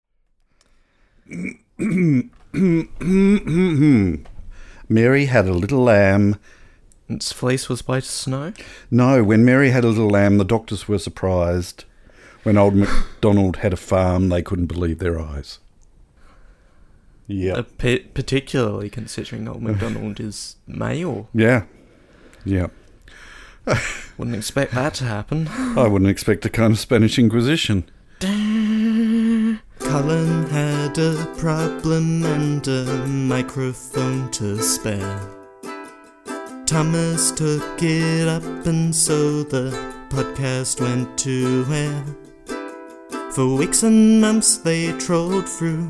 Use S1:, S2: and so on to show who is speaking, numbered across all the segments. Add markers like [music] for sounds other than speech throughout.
S1: [coughs] Mary had a little lamb.
S2: Its fleece was white as snow.
S1: No, when Mary had a little lamb, the doctors were surprised. When old MacDonald had a farm, they couldn't believe their eyes.
S2: Uh,
S1: Yeah.
S2: pa- particularly considering old MacDonald is male.
S1: Yeah. Yeah.
S2: Wouldn't expect that to happen.
S1: I wouldn't expect a kind of Spanish Inquisition.
S3: Cullen had a problem and a microphone to spare. Thomas took it up, and so the podcast went to air. For weeks and months, they trolled through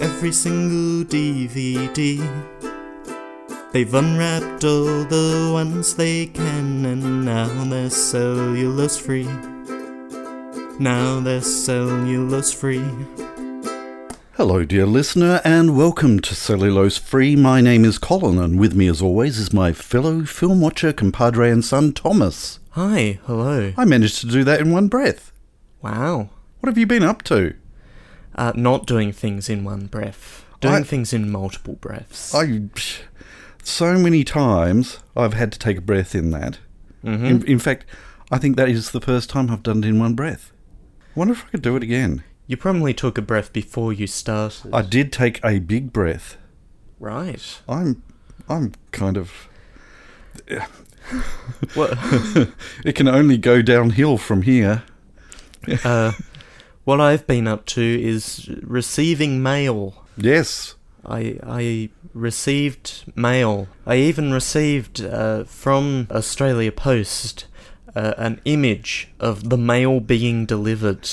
S3: every single DVD. They've unwrapped all the ones they can, and now they're cellulose free. Now they're cellulose free.
S1: Hello, dear listener, and welcome to Cellulose Free. My name is Colin, and with me, as always, is my fellow film watcher, compadre, and son, Thomas.
S2: Hi, hello.
S1: I managed to do that in one breath.
S2: Wow.
S1: What have you been up to?
S2: Uh, not doing things in one breath. Doing
S1: I-
S2: things in multiple breaths.
S1: I so many times I've had to take a breath in that.
S2: Hmm? Mm-hmm.
S1: In, in fact, I think that is the first time I've done it in one breath. I wonder if I could do it again.
S2: you probably took a breath before you started.
S1: I did take a big breath. [laughs]
S2: right.
S1: I'm, I'm kind of.
S2: What?
S1: It can only go downhill from here.
S2: uh, what I've been up to is receiving mail.
S1: Yes.
S2: I I received mail. I even received uh, from Australia Post uh, an image of the mail
S1: [laughs]
S2: being delivered.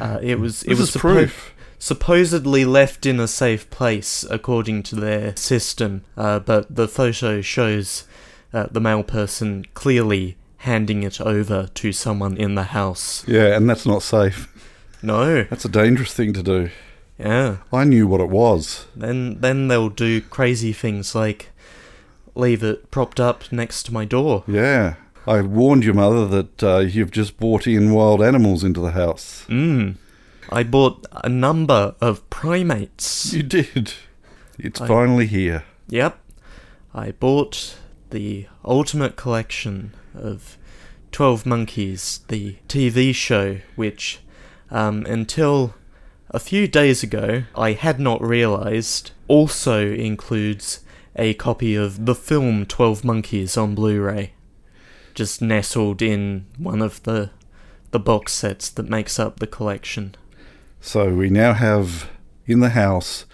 S2: uh, it was it
S1: This
S2: was
S1: is
S2: suppo-
S1: proof.
S2: supposedly left in a safe place according to their system, uh, but the photo shows uh, the mail person clearly handing it over to someone in the house.
S1: Yeah, and that's not safe.
S2: No,
S1: That's a dangerous thing to do.
S2: yeah.
S1: I knew what it was.
S2: Then then they'll do crazy things like leave it propped up next to my door.
S1: Yeah. I warned your mother that uh, you've just brought in wild animals into the house.
S2: Mm. I bought a number of primates.
S1: You did. It's
S2: I-
S1: finally here.
S2: Yep. I bought the ultimate collection of 12 Monkeys, the TV show, which um, until a few days ago I had not realized also includes a copy of the film 12 Monkeys on Blu ray, just nestled in one of the, the box sets that makes up the collection.
S1: So we now have in the house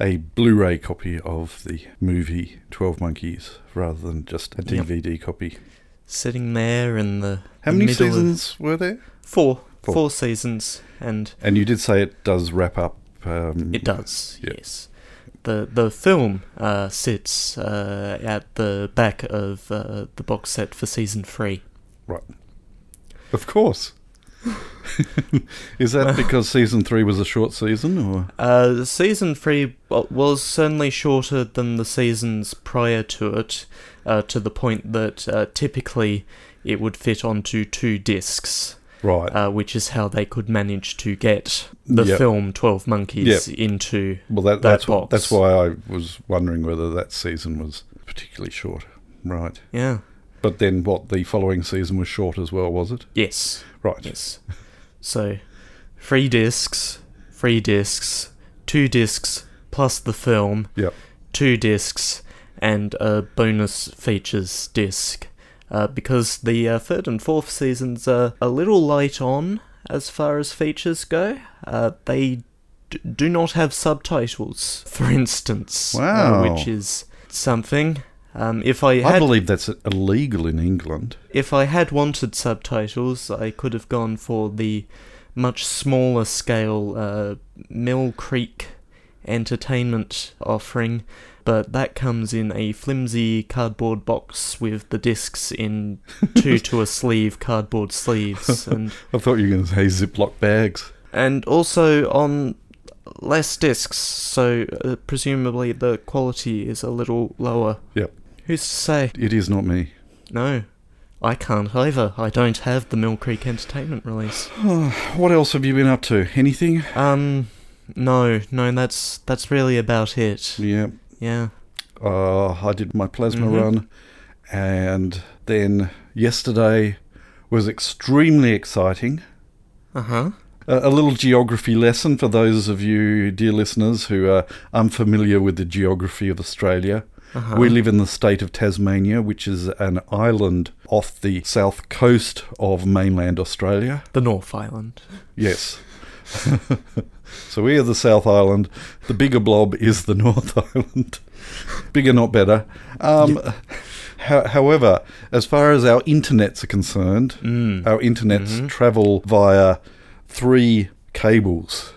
S1: a Blu-ray copy of the movie Twelve Monkeys, rather than just a
S2: Yep.
S1: DVD copy.
S2: Sitting there in the.
S1: How
S2: the
S1: many
S2: middle of-
S1: seasons were there?
S2: Four.
S1: Four.
S2: Four seasons, and
S1: And you did say it does wrap up. Um,
S2: It does,
S1: Yeah.
S2: yes. The the film uh, sits uh, at the back of uh, the box set for season three.
S1: right? Of course. [laughs] Is that because season three was a short season, or
S2: Uh, season three wa- was certainly shorter than the seasons prior to it, uh, to the point that uh, typically it would fit onto two discs,
S1: right?
S2: uh, which is how they could manage to get the
S1: Yep.
S2: film Twelve Monkeys into.
S1: well, that,
S2: that
S1: that's wh-
S2: box.
S1: that's why I was wondering whether that season was particularly short, right?
S2: Yeah.
S1: But then, what the following season was short as well, was it?
S2: Yes.
S1: Right.
S2: Yes. So, three discs, three discs, two discs plus the film,
S1: Yep.
S2: two discs, and a bonus features disc. Uh, because the uh, third and fourth seasons are a little light on as far as features go. Uh, they d- do not have subtitles, for instance. uh,
S1: Wow.
S2: which is something. Um, if I
S1: I
S2: had
S1: believe that's illegal in England.
S2: if I had wanted subtitles, I could have gone for the much smaller scale uh, Mill Creek entertainment offering, but that comes in a flimsy cardboard box with the discs in two to a sleeve cardboard sleeves and
S1: I thought you were going to say Ziploc bags.
S2: and also on less discs, so uh, presumably the quality is a little lower.
S1: Yep.
S2: Who's to say?
S1: It is not me. [sighs]
S2: No, I can't either. I don't have the Mill Creek Entertainment release.
S1: what else have you been up to? Anything?
S2: Um, No, no, that's that's really about it.
S1: Yeah.
S2: Yeah.
S1: Uh, I did my plasma
S2: Mhm.
S1: run, and then yesterday was extremely exciting.
S2: Uh huh.
S1: A a little geography lesson for those of you, dear listeners, who are unfamiliar with the geography of Australia.
S2: Uh-huh.
S1: We live in the state of Tasmania, which is an island off the south coast of mainland Australia.
S2: the North Island.
S1: Yes. so we are the South Island. The bigger blob is the North [laughs] Island. bigger, not better. Um, ho- however, as far as our internets are concerned,
S2: Mm.
S1: our internets
S2: Mhm.
S1: travel via three cables.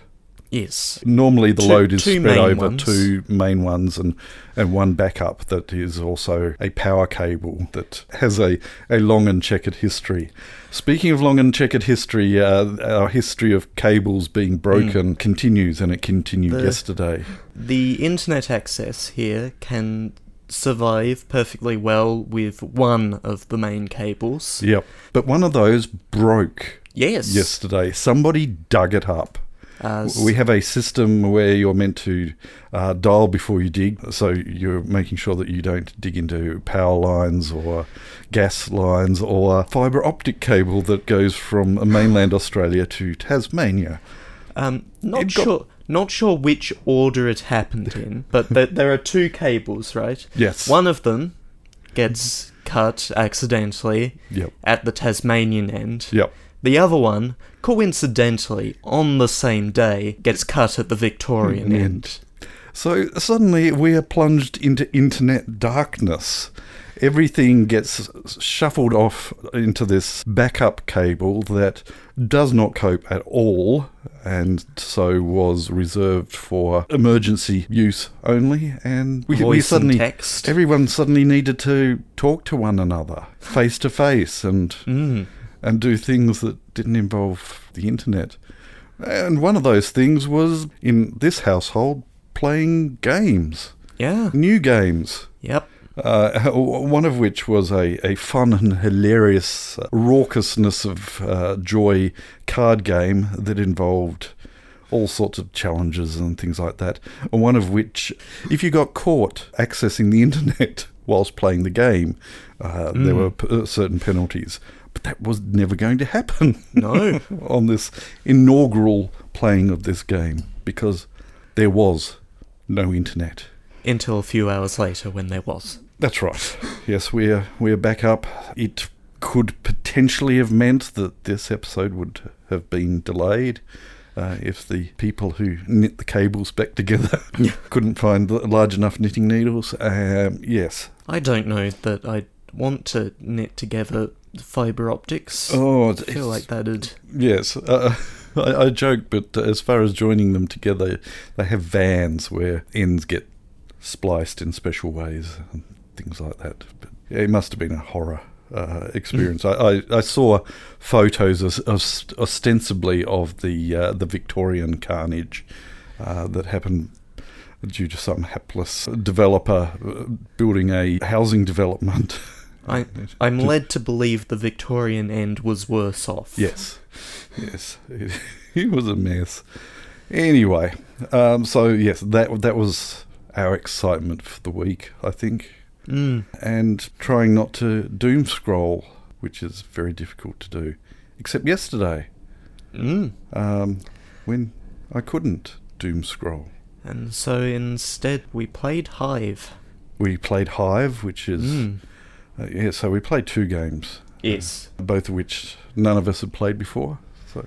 S2: yes.
S1: Normally, the
S2: Two-
S1: load is
S2: two
S1: spread
S2: main
S1: over
S2: ones.
S1: two main ones and, and one backup that is also a power cable that has a, a long and checkered history. Speaking of long and checkered history, uh, our history of cables
S2: Hmm.
S1: being broken continues, and it continued
S2: The-
S1: yesterday.
S2: The internet access here can survive perfectly well with one of the main cables.
S1: Yep. But one of those broke
S2: Yes.
S1: yesterday. Somebody dug it up.
S2: As
S1: We have a system where you're meant to uh, dial before you dig, so you're making sure that you don't dig into power lines or gas lines or fibre optic cable that goes from mainland Australia to Tasmania.
S2: um, not
S1: it got-
S2: sure. Not sure which order it happened in, but there, there are two cables, right?
S1: Yes.
S2: One of them gets cut accidentally
S1: Yep.
S2: at the Tasmanian end.
S1: Yep.
S2: The other one, coincidentally, on the same day, gets cut at the Victorian
S1: Mm,
S2: end.
S1: So suddenly we are plunged into internet darkness. Everything gets shuffled off into this backup cable that does not cope at all and so was reserved for emergency use only. And we, we
S2: Voice and
S1: suddenly,
S2: text.
S1: everyone suddenly needed to talk to one another face to face and
S2: Mm.
S1: and do things that didn't involve the internet. And one of those things was in this household playing games,
S2: Yeah.
S1: new games.
S2: Yep.
S1: Uh, [laughs] one of which was a, a fun and hilarious uh, raucousness of uh, joy card game that involved all sorts of challenges and things like that. And one of which, if you got caught accessing the [laughs] internet whilst playing the game, uh, there were p- uh, certain penalties. But that was never going to happen [laughs]
S2: No.
S1: on this inaugural playing of this game because there was no internet.
S2: Until a few hours later when there was.
S1: That's right. Yes, we're we're back up. It could potentially have meant that this episode would have been delayed uh, if the people who knit the cables back together [laughs] couldn't find l- large enough knitting needles. Um, yes.
S2: I don't know that I want to knit together fibre optics.
S1: Oh, it's,
S2: I feel like that'd.
S1: yes. Uh, [laughs] I, I joke, but as far as joining them together, they have vans where ends get spliced in special ways and things like that. But it must have been a horror uh, experience. I, I, I saw photos as, as, ostensibly of the uh, the Victorian carnage uh, that happened due to some hapless developer uh, building a housing development.
S2: I,
S1: [laughs]
S2: I'm led to believe the Victorian end was worse off.
S1: Yes, yes, [laughs] it, it was a mess. Anyway, um, so yes, that that was our excitement for the week, I think,
S2: Mm.
S1: and trying not to doom scroll, which is very difficult to do, except yesterday
S2: Mm.
S1: um, when I couldn't doom scroll.
S2: And so instead we played Hive.
S1: We played Hive, which is
S2: Mm.
S1: uh, yeah. So we played two games,
S2: Yes.
S1: both of which none of us had played before. So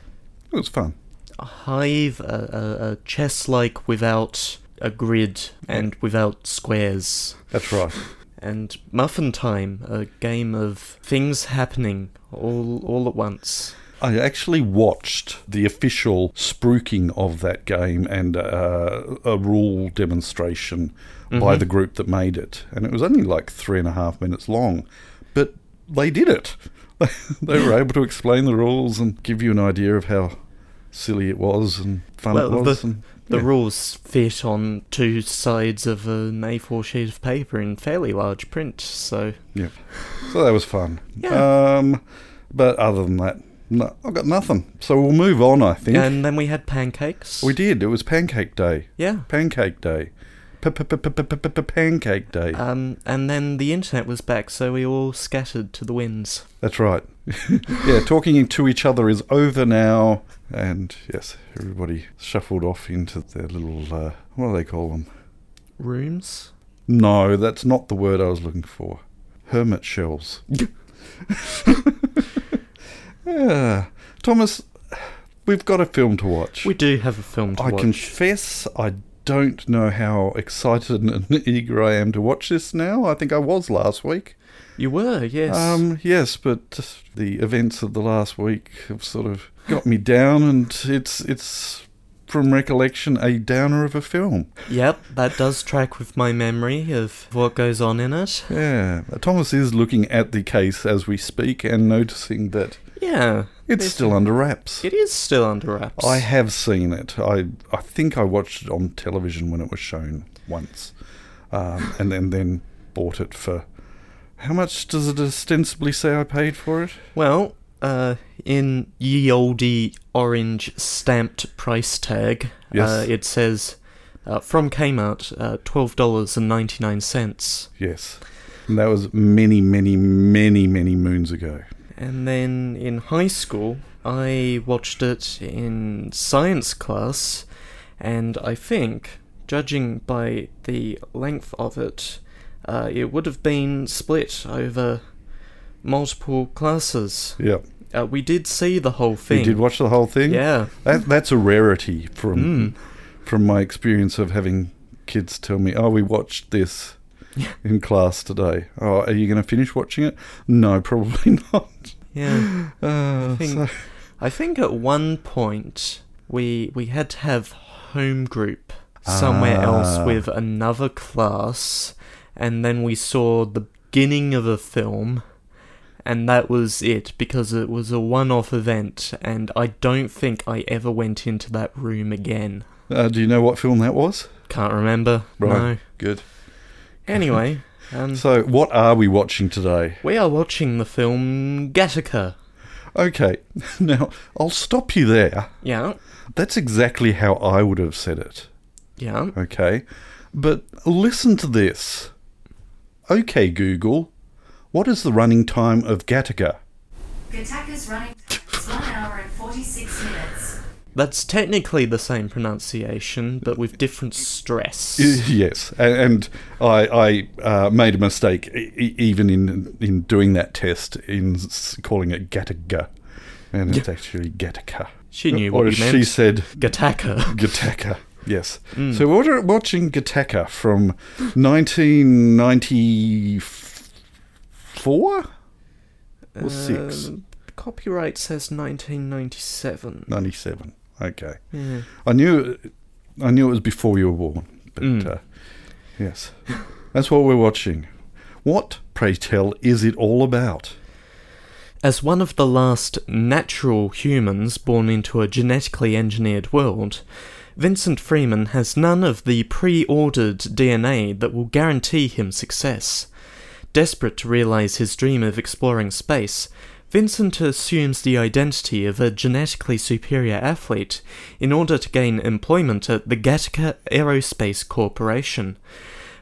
S1: it was fun.
S2: Hive, a, a, a chess like without a grid and without squares.
S1: That's right.
S2: And Muffin Time, a game of things happening all all at once.
S1: I actually watched the official spruiking of that game and uh, a rule demonstration by
S2: Mhm.
S1: the group that made it, and it was only like three and a half minutes long, but they did it. [laughs] they were able to explain the rules and give you an idea of how silly it was and fun
S2: Well,
S1: it was.
S2: the-
S1: and,
S2: The
S1: yeah.
S2: rules fit on two sides of an A4 sheet of paper in fairly large print, so
S1: So that was fun.
S2: Yeah.
S1: Um, but other than that, No, I've got nothing. So we'll move on, I think.
S2: And then we had pancakes.
S1: we did. It was Pancake Day.
S2: Yeah.
S1: Pancake Day. Pancake Day.
S2: Um, and then the internet was back, so we all scattered to the winds.
S1: That's right. [laughs] yeah, talking to each other is over now. And yes, everybody shuffled off into their little, uh, what do they call them?
S2: Rooms?
S1: No, that's not the word I was looking for. Hermit shells. [laughs] yeah. Thomas, we've got a film to watch.
S2: We do have a film to
S1: I
S2: watch.
S1: confess, I don't know how excited and [laughs] eager I am to watch this now. I think I was last week.
S2: You were, yes.
S1: Um, yes, but the events of the last week have sort of got me down, and it's it's from recollection a downer of a film.
S2: yep, that does track with my memory of what goes on in it.
S1: Yeah, Thomas is looking at the case as we speak and noticing that
S2: Yeah.
S1: it's
S2: There's-
S1: still under wraps.
S2: It is still under wraps.
S1: I have seen it. I I think I watched it on television when it was shown once, um, and then then bought it for. How much does it ostensibly say I paid for it?
S2: Well, uh, in ye olde orange stamped price tag,
S1: Yes.
S2: uh, it says uh, from Kmart, uh, twelve dollars and ninety nine cents.
S1: Yes, and that was many, many, many, many moons ago.
S2: And then in high school, I watched it in science class, and I think, judging by the length of it, uh, it would have been split over multiple classes.
S1: Yeah,
S2: Uh, we did see the whole thing.
S1: you did watch the whole thing.
S2: Yeah. Hmm.
S1: that, that's a rarity from from my experience of having kids tell me, "Oh, we watched
S2: [laughs]
S1: this." In class today. Oh, are you going to finish watching it? No, probably [laughs] not.
S2: Yeah.
S1: Uh,
S2: think-
S1: so-
S2: I think at one point we we had to have home group somewhere
S1: Ah.
S2: else with another class, and then we saw the beginning of a film, and that was it because it was a one-off event, and I don't think I ever went into that room again.
S1: Uh, do you know what film that was?
S2: Can't remember. No.
S1: Right. Good. [laughs]
S2: Anyway, um,
S1: So, what are we watching today?
S2: we are watching the film Gattaca.
S1: Okay, [laughs] now I'll stop you there.
S2: Yeah.
S1: That's exactly how I would have said it.
S2: Yeah.
S1: Okay, but listen to this. Okay, Google, what is the running time of
S2: [laughs]
S1: Gattaca?
S4: Gattaca's running time is 1 hour and 46 minutes.
S2: That's technically the same pronunciation, but with different stress.
S1: Y- Yes, a- and I, I uh, made a mistake e- e- even in in doing that test in s- calling it Gattaca, and it's actually Gattaca.
S2: She knew
S1: or
S2: what
S1: as
S2: you meant.
S1: she said,
S2: Gattaca. Hmm.
S1: Gattaca. Yes. So we're watching Gattaca from 1994 or 6?
S2: Um, copyright says 1997.
S1: 97. Okay.
S2: Yeah.
S1: I knew I knew it was before you were born. But
S2: Mm.
S1: uh, yes. That's what we're watching. What, pray tell, is it all about?
S2: As one of the last natural humans born into a genetically engineered world, Vincent Freeman has none of the pre ordered DNA that will guarantee him success. Desperate to realize his dream of exploring space, Vincent assumes the identity of a genetically superior athlete in order to gain employment at the Gattaca Aerospace Corporation.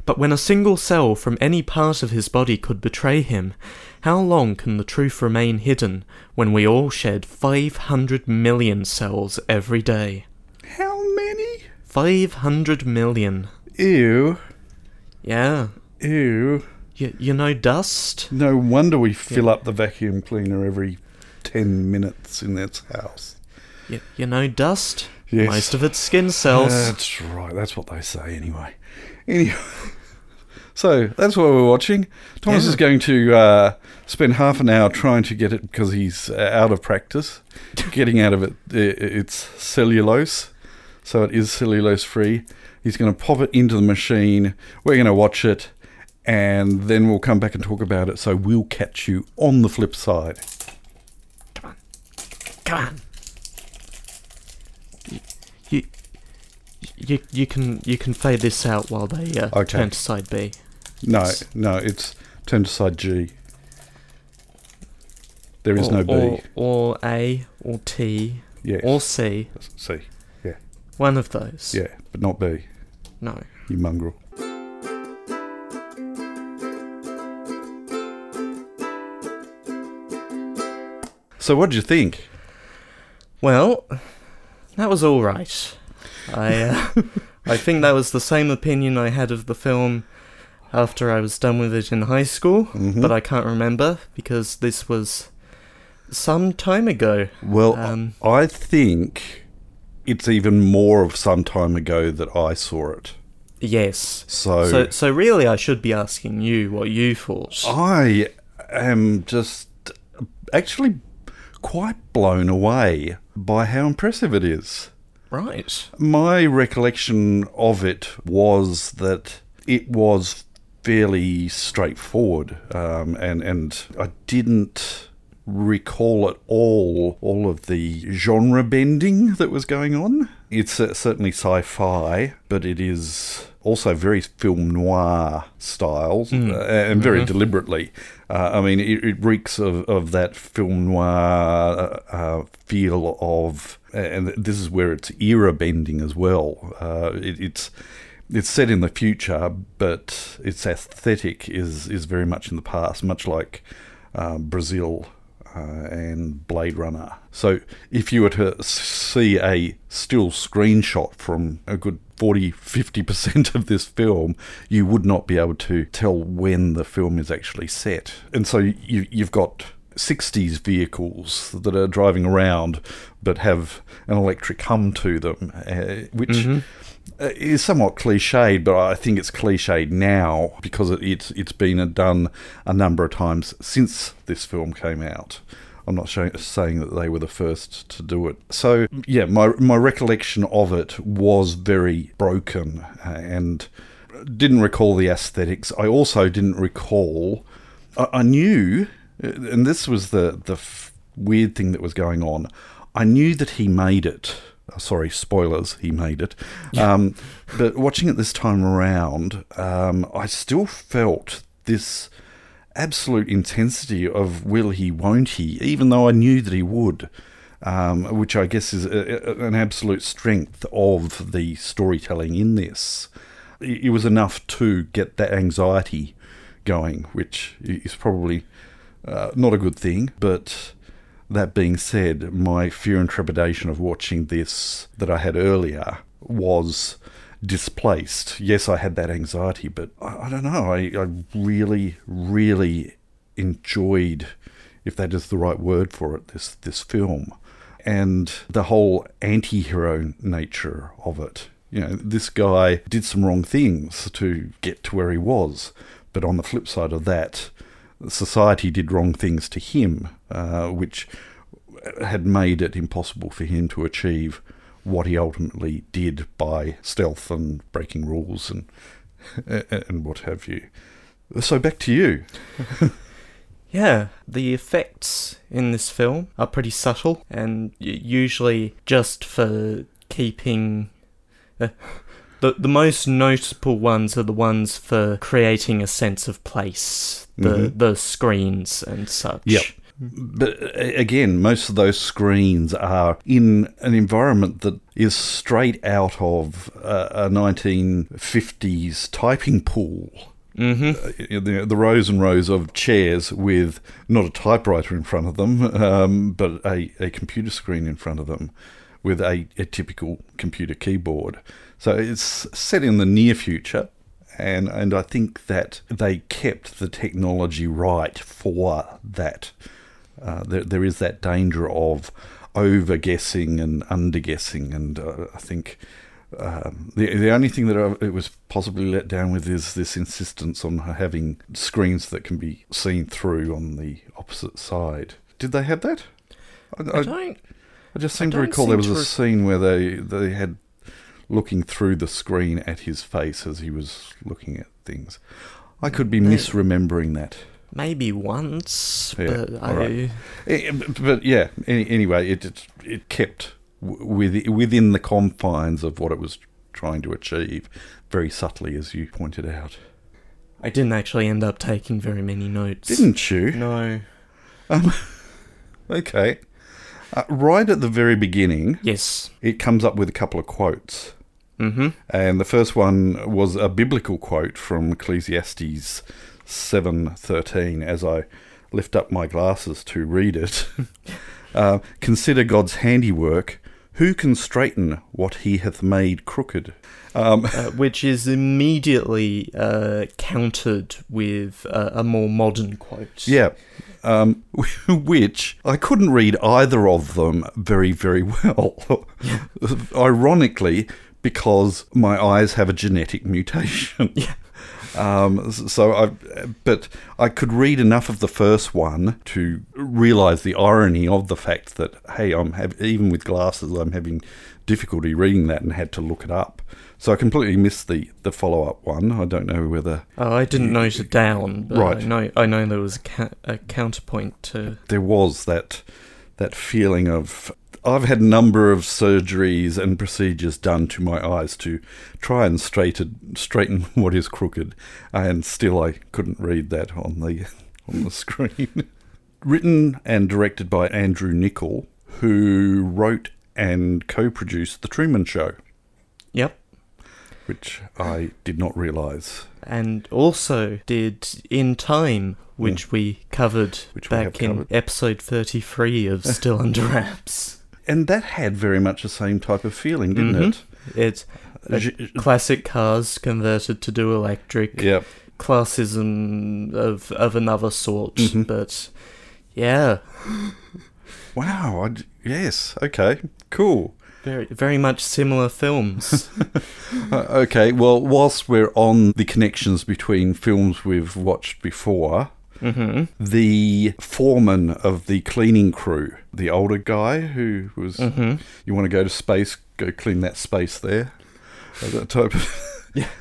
S2: But when a single cell from any part of his body could betray him, how long can the truth remain hidden when we all shed 500 million cells every day?
S1: How many?
S2: 500 million.
S1: Ew.
S2: Yeah.
S1: Ew.
S2: Y- you know dust?
S1: No wonder we fill up the vacuum cleaner every 10 minutes in this house.
S2: Y- you know dust?
S1: Yes. Uh,
S2: Most of it's skin cells.
S1: That's right. That's what they say anyway. Anyway, [laughs] so that's what we're watching. Thomas
S2: Yeah.
S1: is going to uh, spend half an hour trying to get it because he's uh, out of practice, getting out of it. i- i- It's cellulose, so it is cellulose free. He's going to pop it into the machine. We're going to watch it. And then we'll come back and talk about it. So we'll catch you on the flip side.
S2: Come on. Y- You, you, you can you can fade this out while they uh,
S1: Okay.
S2: turn to side B.
S1: No, no, it's turn to side G. There is
S2: or,
S1: no B.
S2: Or, or A, or T,
S1: yes.
S2: or C.
S1: That's C.
S2: One of those.
S1: Yeah, but not B.
S2: No.
S1: You mongrel. So what do you think?
S2: Well, that was all right. I
S1: [laughs]
S2: uh, I think that was the same opinion I had of the film after I was done with it in high school,
S1: Mhm.
S2: but I can't remember because this was some time ago.
S1: Well,
S2: Um,
S1: I think it's even more of some time ago that I saw it.
S2: Yes.
S1: So,
S2: So so really I should be asking you what you thought.
S1: I am just actually quite blown away by how impressive it is.
S2: Right.
S1: My recollection of it was that it was fairly straightforward, um, and and I didn't recall at all all of the genre bending that was going on. It's uh, certainly sci-fi, but it is also very film noir styles, uh, and very deliberately. Uh, I mean, it, it reeks of, of that film noir uh, uh, feel of and this is where it's era bending as well. Uh, it, it's it's set in the future, but its aesthetic is is very much in the past, much like uh, Brazil uh, and Blade Runner. So if you were to s- see a still screenshot from a good 40 50% of this film, you would not be able to tell when the film is actually set. And so you, you've got 60s vehicles that are driving around but have an electric hum to them, uh, which uh, is somewhat cliched, but I think it's cliched now because it, it's it's been uh, done a number of times since this film came out. I'm not showing, saying that they were the first to do it. So yeah, my my recollection of it was very broken uh, and didn't recall the aesthetics. I also didn't recall. I, I knew, uh, and this was the the f- weird thing that was going on. I knew that he made it. Uh, Sorry, spoilers. He made it. Um, but watching it this time around, um, I still felt this absolute intensity of will he, won't he, even though I knew that he would, um, which I guess is a, a- an absolute strength of the storytelling in this. It it was enough to get that anxiety going, which i- is probably uh, not a good thing, but. That being said, my fear and trepidation of watching this that I had earlier was displaced. Yes, I had that anxiety, but I, I don't know. I, I really, really enjoyed, if that is the right word for it, this this film and the whole anti-hero nature of it. You know, this guy did some wrong things to get to where he was, but on the flip side of that, society did wrong things to him, uh, which had made it impossible for him to achieve what he ultimately did by stealth and breaking rules and [laughs] and what have you. So back to you.
S2: Yeah, the effects in this film are pretty subtle and y- usually just for keeping. Uh, the, the most noticeable ones are the ones for creating a sense of place, the,
S1: Mhm.
S2: the screens and such.
S1: Yep. But a- again, most of those screens are in an environment that is straight out of uh, a 1950s typing pool.
S2: Mm-hmm.
S1: Uh, The, the rows and rows of chairs with not a typewriter in front of them, um, but a, a computer screen in front of them with a, a typical computer keyboard. So it's set in the near future. And, and I think that they kept the technology right for that. Uh, there, there is that danger of over guessing and under guessing, and uh, I think um, the the only thing that I, it was possibly let down with is this insistence on having screens that can be seen through on the opposite side. Did they have that? I,
S2: I
S1: I,
S2: don't.
S1: I just seem to
S2: don't
S1: recall
S2: seem
S1: there was
S2: to
S1: a
S2: rec-
S1: scene where they they had looking through the screen at his face as he was looking at things. I could be misremembering that.
S2: Maybe once,
S1: Yeah,
S2: but I.
S1: all right. Eh, but- but yeah, any, anyway, it, it it kept w- with, within the confines of what it was trying to achieve, very subtly, as you pointed out.
S2: I didn't actually end up taking very many notes.
S1: Didn't you?
S2: No.
S1: Okay. Uh, right at the very beginning,
S2: Yes.
S1: it comes up with a couple of quotes.
S2: Mm-hmm.
S1: And the first one was a biblical quote from Ecclesiastes 7:13 as I lift up my glasses to read it. [laughs] uh, consider God's handiwork, who can straighten what he hath made crooked. Um,
S2: Uh, which is immediately uh, countered with uh, a more modern quote.
S1: yeah. Um, [laughs] which I couldn't read either of them very, very well. [laughs] Ironically, because my eyes have a genetic mutation.
S2: Yeah.
S1: Um, so I, but I could read enough of the first one to realize the irony of the fact that hey, I'm hav- even with glasses, I'm having difficulty reading that and had to look it up. So I completely missed the the follow up one. I don't know whether
S2: Oh, I didn't note it down, but
S1: Right.
S2: I know I know there was a, ca- a counterpoint to.
S1: there was that that feeling of I've had a number of surgeries and procedures done to my eyes to try and straighten straighten [laughs] what is crooked, and still I couldn't read that on the on the screen. [laughs] Written and directed by Andrew Nichol, who wrote and co-produced The Truman Show,
S2: Yep.
S1: which I did not realise.
S2: And also did in time, which we covered
S1: Which we have
S2: back in
S1: covered.
S2: episode thirty-three
S1: [laughs]
S2: of Still Under Wraps.
S1: And that had very much the same type of feeling, didn't
S2: Mhm. It's
S1: it? Ju-
S2: classic cars converted to do electric.
S1: yeah,
S2: Classism of of another sort,
S1: Mhm.
S2: but yeah,
S1: Wow. I d yes. Okay. Cool.
S2: very very much
S1: [laughs]
S2: similar films.
S1: Uh, okay. Well, whilst we're on the connections between films we've watched before,
S2: hmm
S1: the foreman of the cleaning crew, the older guy who was,
S2: Mhm.
S1: you want to go to space, go clean that space there. Uh, That type of. [laughs]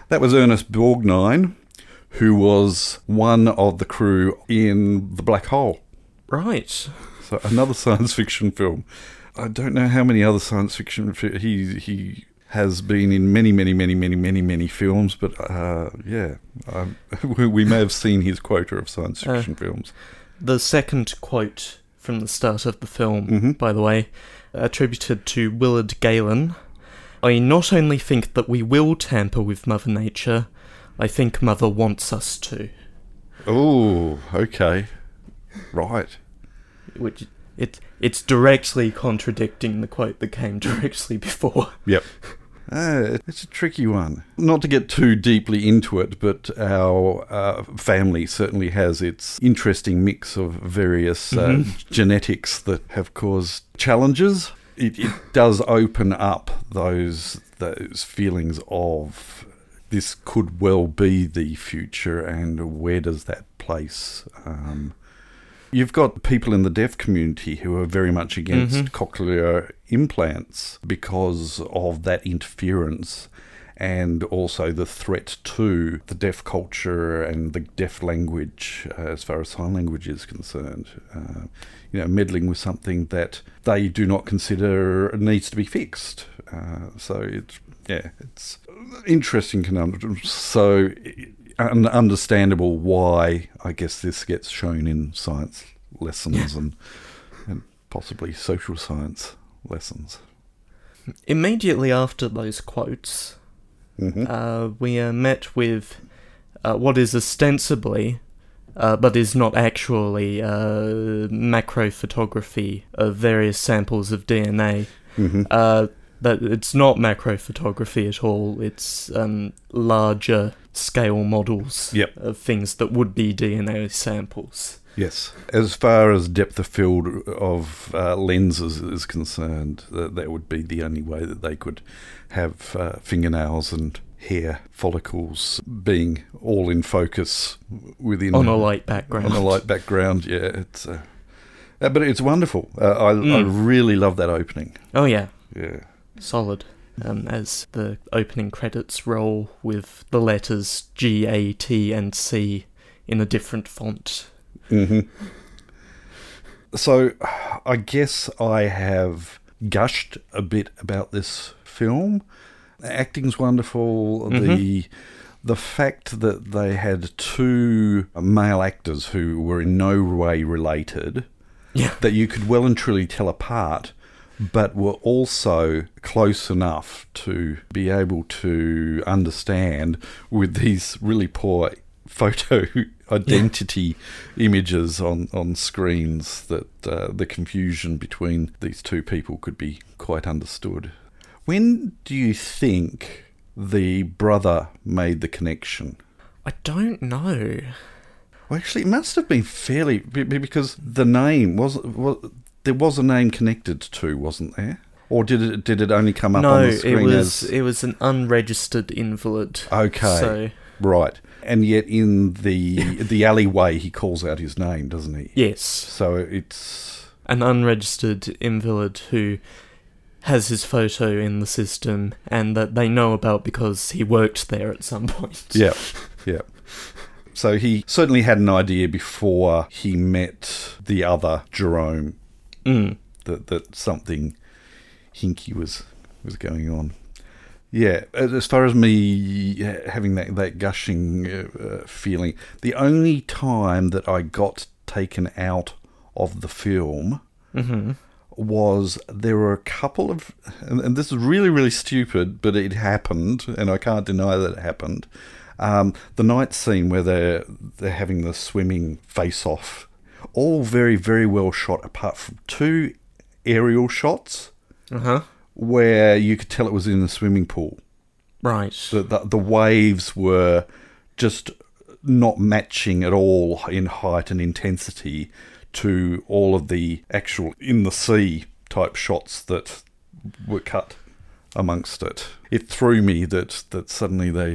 S1: That was Ernest Borgnine, who was one of the crew in The Black Hole.
S2: Right.
S1: So another [laughs] science fiction film. I don't know how many other science fiction fi- he he has been in many many many many many many films, but uh, yeah, um, [laughs] we, we may have seen his quota of science
S2: Uh.
S1: fiction films.
S2: The second quote from the start of the film,
S1: Mhm.
S2: by the way, attributed to Willard Galen I not only think that we will tamper with Mother Nature, I think Mother wants us to.
S1: Oh, okay, right.
S2: Which it it's directly contradicting the quote that came [laughs] directly before.
S1: Yep. Uh, it's a tricky one. Not to get too deeply into it, but our uh, family certainly has its interesting mix of various uh, genetics that have caused challenges. It, it does open up those those feelings of this could well be the future, and where does that place? Um, You've got people in the deaf community who are very much against cochlear implants because of that interference and also the threat to the deaf culture and the deaf language uh, as far as sign language is concerned. Uh, you know, meddling with something that they do not consider needs to be fixed. Uh, so it's, yeah, it's interesting conundrum. So un- understandable why I guess this gets shown in science lessons and and possibly social science lessons.
S2: Immediately after those quotes,
S1: Mm-hmm.
S2: uh, we are met with uh, what is ostensibly, uh, but is not actually, uh, macro photography of various samples of DNA.
S1: hmm
S2: Uh, that it's not macro photography at all. It's um, larger scale models
S1: Yep.
S2: of things that would be DNA samples.
S1: Yes, as far as depth of field of uh, lenses is concerned, that, that would be the only way that they could have uh, fingernails and hair follicles being all in focus within
S2: On a light background.
S1: on a light background. Yeah, it's uh, uh, but it's wonderful. Uh, I I
S2: Mm.
S1: really love that opening.
S2: Oh, yeah.
S1: Yeah,
S2: Solid. Um, as the opening credits roll with the letters G, A, T, and C in a different font.
S1: hmm So, I guess I have gushed a bit about this film. The acting's wonderful.
S2: Mm-hmm.
S1: The the fact that they had two male actors who were in no way related
S2: Yeah.
S1: that you could well and truly tell apart, but were also close enough to be able to understand with these really poor photo [laughs] identity images on, on screens that uh, the confusion between these two people could be quite understood. When do you think the brother made the connection?
S2: I don't know.
S1: Well, actually, it must have been fairly be- be- because the name was, was there was a name connected to, wasn't there? Or did it did it only come up
S2: no,
S1: on the screen
S2: it was
S1: as
S2: it was an unregistered invalid.
S1: okay,
S2: So
S1: right? And yet, in
S2: [laughs]
S1: the the alleyway, he calls out his name, doesn't he?
S2: yes,
S1: So it's
S2: an unregistered invalid who has his photo in the system and that they know about because he worked there at some point.
S1: yeah, yeah. So he certainly had an idea before he met the other Jerome
S2: Mm.
S1: that that something hinky was was going on. Yeah, as as far as me ha- having that that gushing uh, uh, feeling, the only time that I got taken out of the film
S2: hmm
S1: was there were a couple of, and, and this is really really stupid, but it happened, and I can't deny that it happened. Um, the night scene where they're they're having the swimming face off, all very very well shot, apart from two aerial shots
S2: Uh huh.
S1: where you could tell it was in a swimming pool.
S2: Right.
S1: The, the, the waves were just not matching at all in height and intensity to all of the actual in the sea type shots that were cut amongst it. It threw me that, that suddenly they,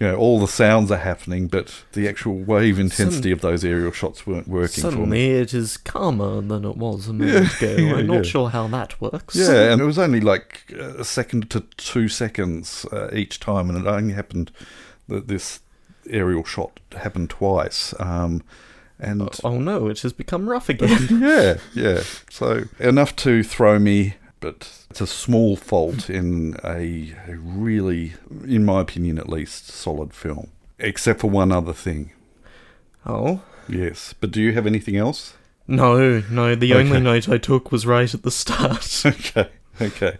S1: you know, all the sounds are happening, but the actual wave intensity of those aerial shots weren't working for me.
S2: Suddenly it is calmer than it was a minute ago.
S1: yeah,
S2: I'm not
S1: yeah.
S2: sure how that works.
S1: Yeah, and it was only like a second to two seconds uh, each time, and it only happened that this aerial shot happened twice. Um, and
S2: [laughs] Oh no, it has become
S1: [laughs]
S2: rough
S1: Oh.
S2: again.
S1: yeah, yeah. So enough to throw me, but it's a small fault in a, a really, in my opinion at least, solid film. Except for one other thing.
S2: oh.
S1: Yes, but do you have anything else? [laughs]
S2: No, no, the only
S1: Okay.
S2: note I took was right at the start.
S1: okay, okay.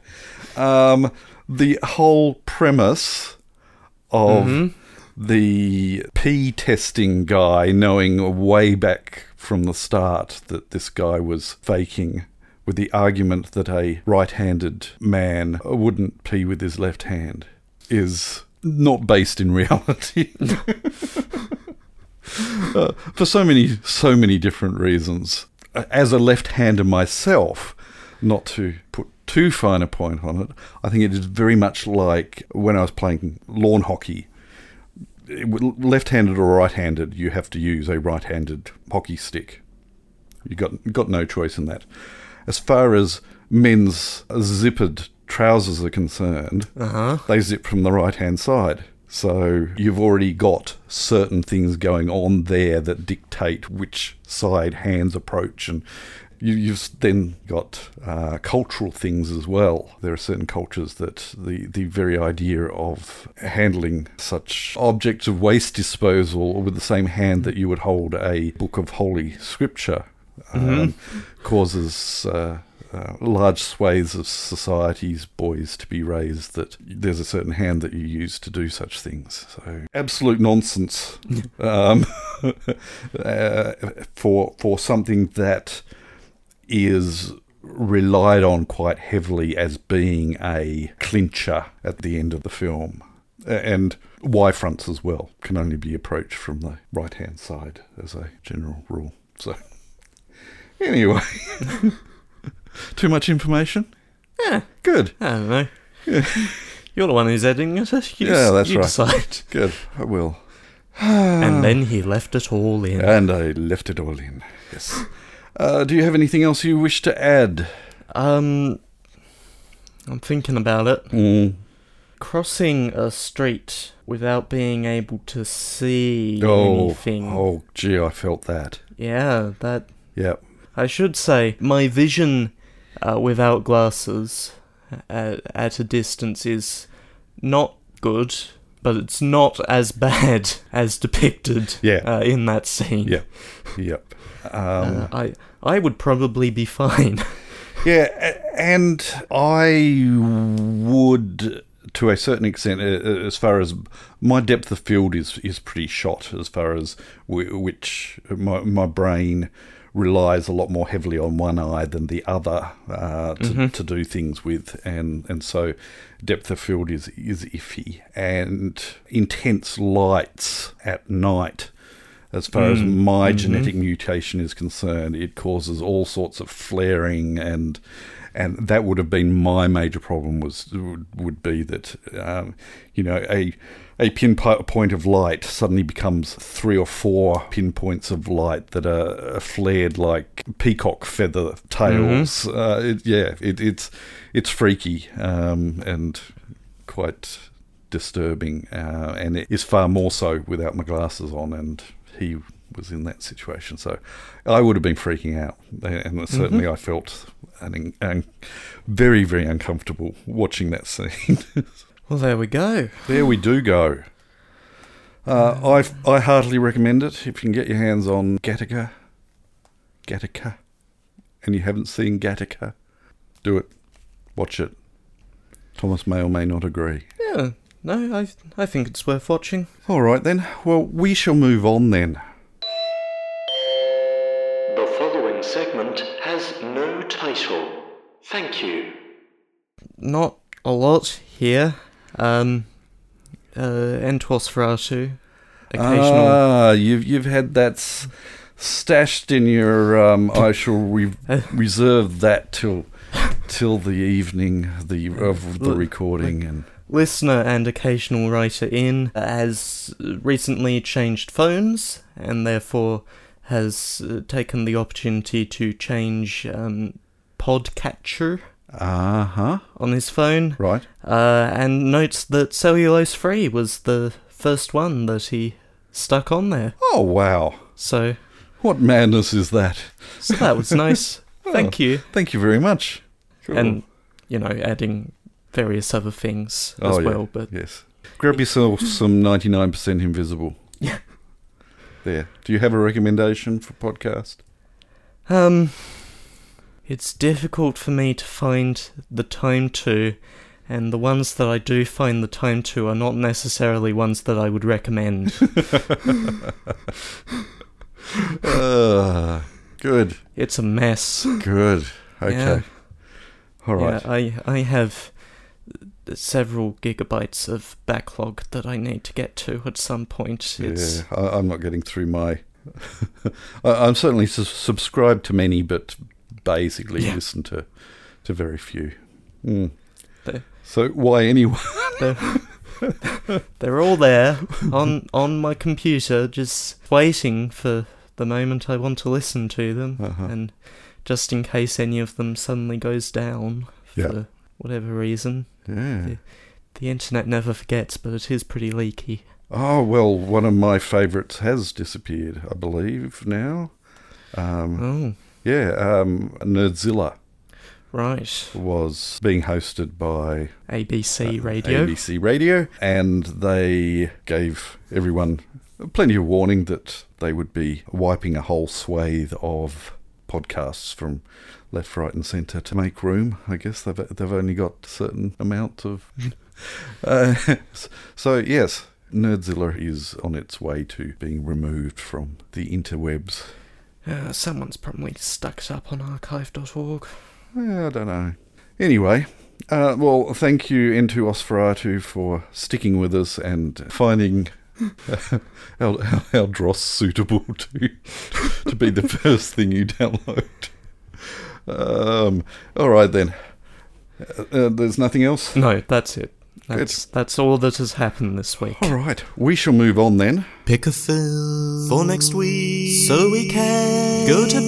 S1: Um, the whole premise
S2: [laughs]
S1: of
S2: Mm-hmm.
S1: the P testing guy knowing way back from the start that this guy was faking with the argument that a right handed man wouldn't pee with his left hand is not based in [laughs] reality. Uh, for so many, so many different reasons. As a left-hander myself, not to put too fine a point on it, I think it is very much like when I was playing lawn hockey. It would- Left-handed or right-handed, you have to use a right-handed hockey stick. You got you got no choice in that. As far as men's zippered trousers are concerned,
S2: Uh huh.
S1: they zip from the right hand side. So you've already got certain things going on there that dictate which side hands approach, and you, you've s- then got uh, cultural things as well. There are certain cultures that the, the very idea of handling such objects of waste disposal with the same hand that you would hold a book of holy scripture um, causes uh, uh, large swathes of society's boys to be raised that there's a certain hand that you use to do such things. So absolute nonsense um, [laughs] uh, for for something that is relied on quite heavily as being a clincher at the end of the film. A- And Y fronts as well can only be approached from the right hand side as a general rule. So, [laughs] anyway, too much information?
S2: Yeah,
S1: Good,
S2: I
S1: [laughs]
S2: don't know. You're the one who's editing it. [laughs] You
S1: Yeah,
S2: s-
S1: that's
S2: you
S1: right. [laughs]
S2: decide.
S1: good, I will. Ah.
S2: and then he left it all in.
S1: And I left it all in. Yes. Uh, do you have anything else you wish to add?
S2: Um, I'm thinking about it.
S1: Mm.
S2: Crossing a street without being able to see
S1: Oh,
S2: anything.
S1: oh, gee, I felt that.
S2: Yeah, that.
S1: Yep.
S2: I should say, my vision uh, without uh, glasses at, at a distance is not good. but it's not as [laughs] bad as depicted
S1: Yeah.
S2: uh, in that scene.
S1: Yeah. Yep. Um,
S2: Uh, I I would probably be fine. [laughs]
S1: Yeah, a- and I would, to a certain extent, a- a- as far as my depth of field is is pretty shot, as far as whi- which my my brain relies a lot more heavily on one eye than the other uh, to, to do things with, and and so depth of field is is iffy, and intense lights at night as far as my genetic mutation is concerned, it causes all sorts of flaring and and that would have been my major problem was would, would be that um, you know a a pinpoint of light suddenly becomes three or four pinpoints of light that are flared like peacock feather tails. Uh, it, yeah, it, it's it's freaky um, and quite disturbing, uh, and it is far more so without my glasses on. And he was in that situation, so I would have been freaking out, and certainly I felt an, an, very, very uncomfortable watching that scene.
S2: Well, there we go.
S1: there we do go. Uh, I I heartily recommend it if you can get your hands on Gattaca, Gattaca, and you haven't seen Gattaca, do it, watch it. Thomas may or may not agree.
S2: Yeah, no, I I think it's worth watching.
S1: All right then. Well, we shall move on then.
S5: The following segment has no title. Thank you.
S2: Not a lot here. Um, uh, Entwas Feratu, occasional.
S1: Ah, you've you've had that s- stashed in your. Um, I shall re- reserve that till till the evening the of the
S2: Look,
S1: recording and.
S2: listener and occasional writer in has recently changed phones and therefore has uh, taken the opportunity to change um, podcatcher
S1: Uh huh.
S2: on his phone
S1: Right.
S2: uh, and notes that cellulose free was the first one that he stuck on there
S1: Oh wow!
S2: so
S1: What madness is that?
S2: so
S1: [laughs]
S2: that was nice thank you
S1: Thank you very much. Oh, Cool.
S2: and you know adding various other things
S1: Oh,
S2: as
S1: yeah.
S2: well but
S1: yes, grab yourself some ninety nine percent invisible.
S2: Yeah.
S1: There. Do you have a recommendation for podcast?
S2: Um, it's difficult for me to find the time to, and the ones that I do find the time to are not necessarily ones that I
S1: [laughs]
S2: would recommend.
S1: Uh, good.
S2: it's a mess.
S1: Good. Okay.
S2: Yeah.
S1: All right.
S2: Yeah, I I have several gigabytes of backlog that I need to get to at some point. It's
S1: yeah, I, I'm not getting through my. [laughs] I, I'm certainly sus subscribed to many, but basically
S2: Yeah.
S1: listen to to very few. Mm.
S2: They-
S1: So why anyway?
S2: they're, they're all there on on my computer, just waiting for the moment I want to listen to them,
S1: Uh-huh.
S2: and just in case any of them suddenly goes down
S1: Yeah.
S2: for whatever reason.
S1: Yeah.
S2: Yeah. The internet never forgets, but it is pretty leaky.
S1: Oh well, one of my favourites has disappeared, I believe now. Um,
S2: Oh,
S1: yeah, um, Nerdzilla
S2: right.
S1: was being hosted by
S2: ABC
S1: Uh,
S2: Radio.
S1: ABC Radio, and they gave everyone plenty of warning that they would be wiping a whole swathe of podcasts from left, right, and centre to make room. I guess they've they've only got a certain amount of. [laughs] uh, so yes, Nerdzilla is on its way to being removed from the interwebs.
S2: Uh, someone's probably stuck it up on archive.org.
S1: Yeah, Eh, I don't know. Anyway, uh, well, thank you, Into Osferatu, for sticking with us and finding [laughs] uh, our, our, our dross suitable [laughs] to to be the first thing you download. Um, all right then. Uh, uh, there's nothing else.
S2: No, that's it. That's
S1: It's-
S2: that's all that has happened this week.
S1: All right, we shall move on then.
S3: Pick a film for next week so we can go to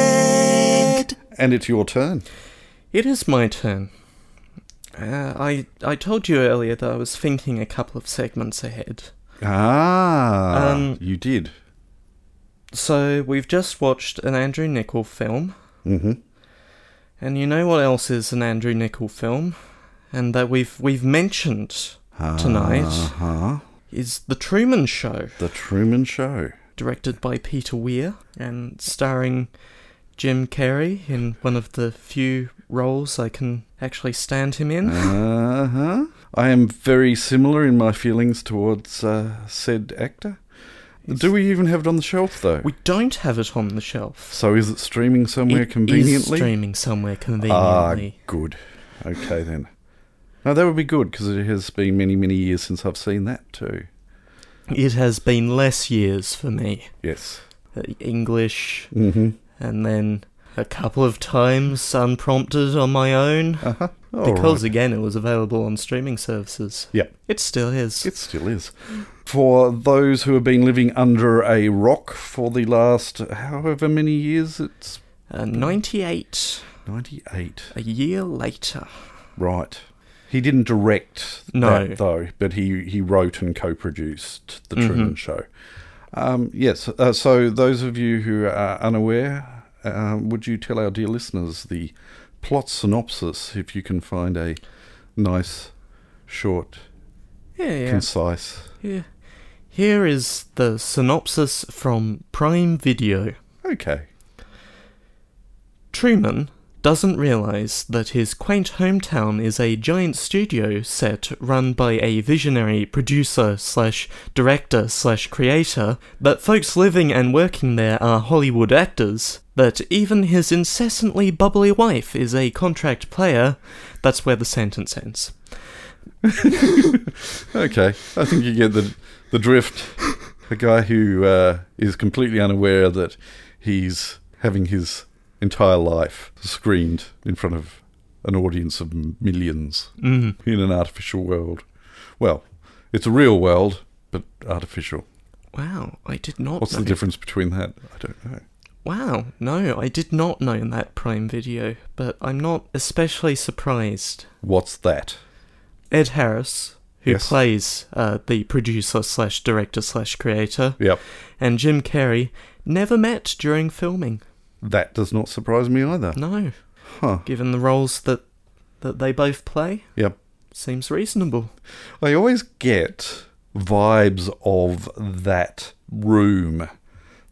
S3: bed.
S1: And it's your turn.
S2: It is my turn. Uh, I I told you earlier that I was thinking a couple of segments ahead.
S1: Ah,
S2: Um,
S1: you did.
S2: So we've just watched an Andrew Nichol film,
S1: Mm-hmm.
S2: and you know what else is an Andrew Nichol film, and that we've we've mentioned tonight
S1: Huh?
S2: is The Truman Show,
S1: Ah, The Truman Show.
S2: directed by Peter Weir and starring Jim Carrey in one of the few roles I can actually stand him in.
S1: Uh huh. I am very similar in my feelings towards uh, said actor. Do we even have it on the shelf though?
S2: We don't have it on the shelf.
S1: so is it streaming somewhere
S2: It is
S1: conveniently?
S2: streaming somewhere
S1: Ah,
S2: conveniently.
S1: good. Okay then. No, that would be good because it has been many, many years since I've seen that too.
S2: It has been less years for me.
S1: Yes.
S2: Uh, English,
S1: Mm-hmm.
S2: and then a couple of times unprompted on my own.
S1: Uh-huh.
S2: because again, it was available on streaming services.
S1: Yeah.
S2: It still is.
S1: It still is. For those who have been living under a rock for the last however many years, it's
S2: Uh, 98,
S1: 98.
S2: a year later.
S1: Right. He didn't direct
S2: No.
S1: that, though, but he, he wrote and co produced
S2: Mm-hmm.
S1: The Truman Show. Um, yes. Uh, so, those of you who are unaware, uh, would you tell our dear listeners the plot synopsis if you can find a nice, short,
S2: Yeah, yeah.
S1: concise.
S2: yeah. Here is the synopsis from Prime Video.
S1: Okay.
S2: Truman doesn't realize that his quaint hometown is a giant studio set run by a visionary producer slash director slash creator, that folks living and working there are Hollywood actors, that even his incessantly bubbly wife is a contract player. That's where the sentence ends.
S1: Okay, I think you get the the drift. A guy who uh, is completely unaware that he's having his entire life screened in front of an audience of millions
S2: Mm.
S1: in an artificial world. Well, it's a real world, but artificial.
S2: Wow, I did not
S1: What's
S2: know.
S1: the difference between that? I don't know.
S2: Wow, no, I did not know that Prime Video, but I'm not especially surprised.
S1: What's that?
S2: Ed Harris, who
S1: Yes.
S2: plays uh, the producer slash director slash creator,
S1: Yep,
S2: and Jim Carrey never met during filming.
S1: that does not surprise me either.
S2: No,
S1: Huh?
S2: given the roles that that they both play,
S1: Yep.
S2: seems reasonable.
S1: I always get vibes of that room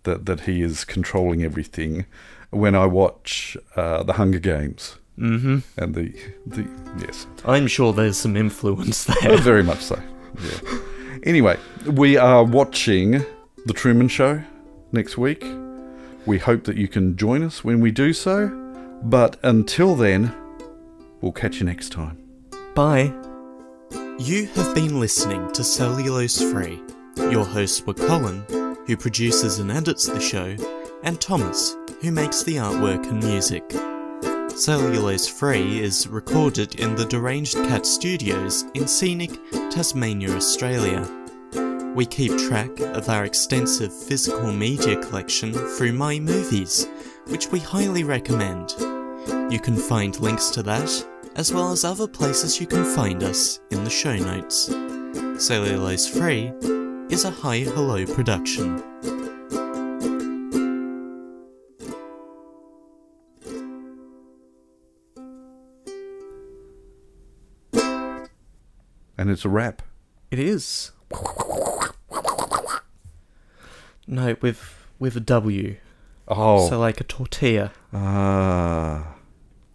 S1: that that he is controlling everything when I watch uh, the Hunger Games
S2: Mm-hmm.
S1: and the the yes,
S2: I'm sure there's some influence
S1: oh,
S2: there.
S1: very much so. Yeah. Anyway, we are watching the Truman Show next week. We hope that you can join us when we do so. But until then, we'll catch you next time.
S2: Bye.
S3: You have been listening to Cellulose Free. Your hosts were Colin, who produces and edits the show, and Thomas, who makes the artwork and music. Cellulose Free is recorded in the Deranged Cat Studios in scenic Tasmania, Australia. We keep track of our extensive physical media collection through My Movies, which we highly recommend. You can find links to that, as well as other places you can find us, in the show notes. Cellulose Free is a Hi Hello production.
S1: And it's a wrap.
S2: It is. No, with with a W,
S1: Oh.
S2: so like a tortilla.
S1: Ah,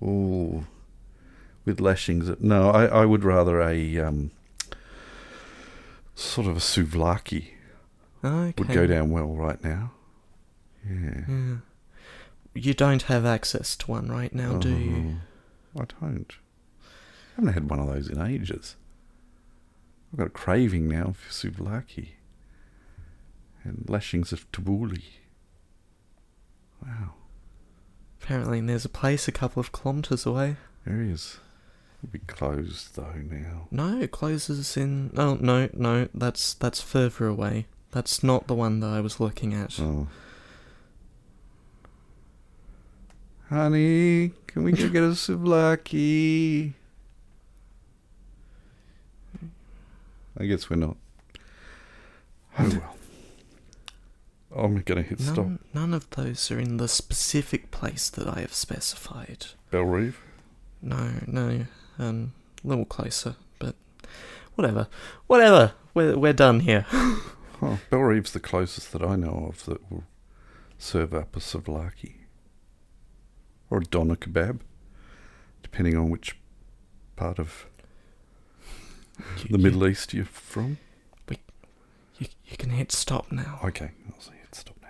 S1: ooh, with lashings. No, I, I would rather a um, sort of a souvlaki
S2: Okay.
S1: would go down well right now. Yeah,
S2: You don't have access to one right now, do
S1: Uh-huh.
S2: you?
S1: I don't. I haven't had one of those in ages. I've got a craving now for souvlaki and lashings of tabbouleh. Wow,
S2: Apparently, there's a place a couple of kilometres away.
S1: there he is. It'll be closed though now.
S2: No, it closes in. Oh no, no, that's that's further away. That's not the one that I was looking at.
S1: Oh. Honey, can we go get a souvlaki? I guess we're not. Oh well. I'm gonna hit stop.
S2: none, none of those are in the specific place that I have specified.
S1: Bell Reeve.
S2: No, no, um, a little closer, but Whatever. Whatever. We're, we're done here.
S1: Huh. Bell Reef's the closest that I know of that will serve up a souvlaki or a doner kebab, depending on which part of the Middle East you're from.
S2: You, you can hit stop now.
S1: Okay, I'll see it. Stop.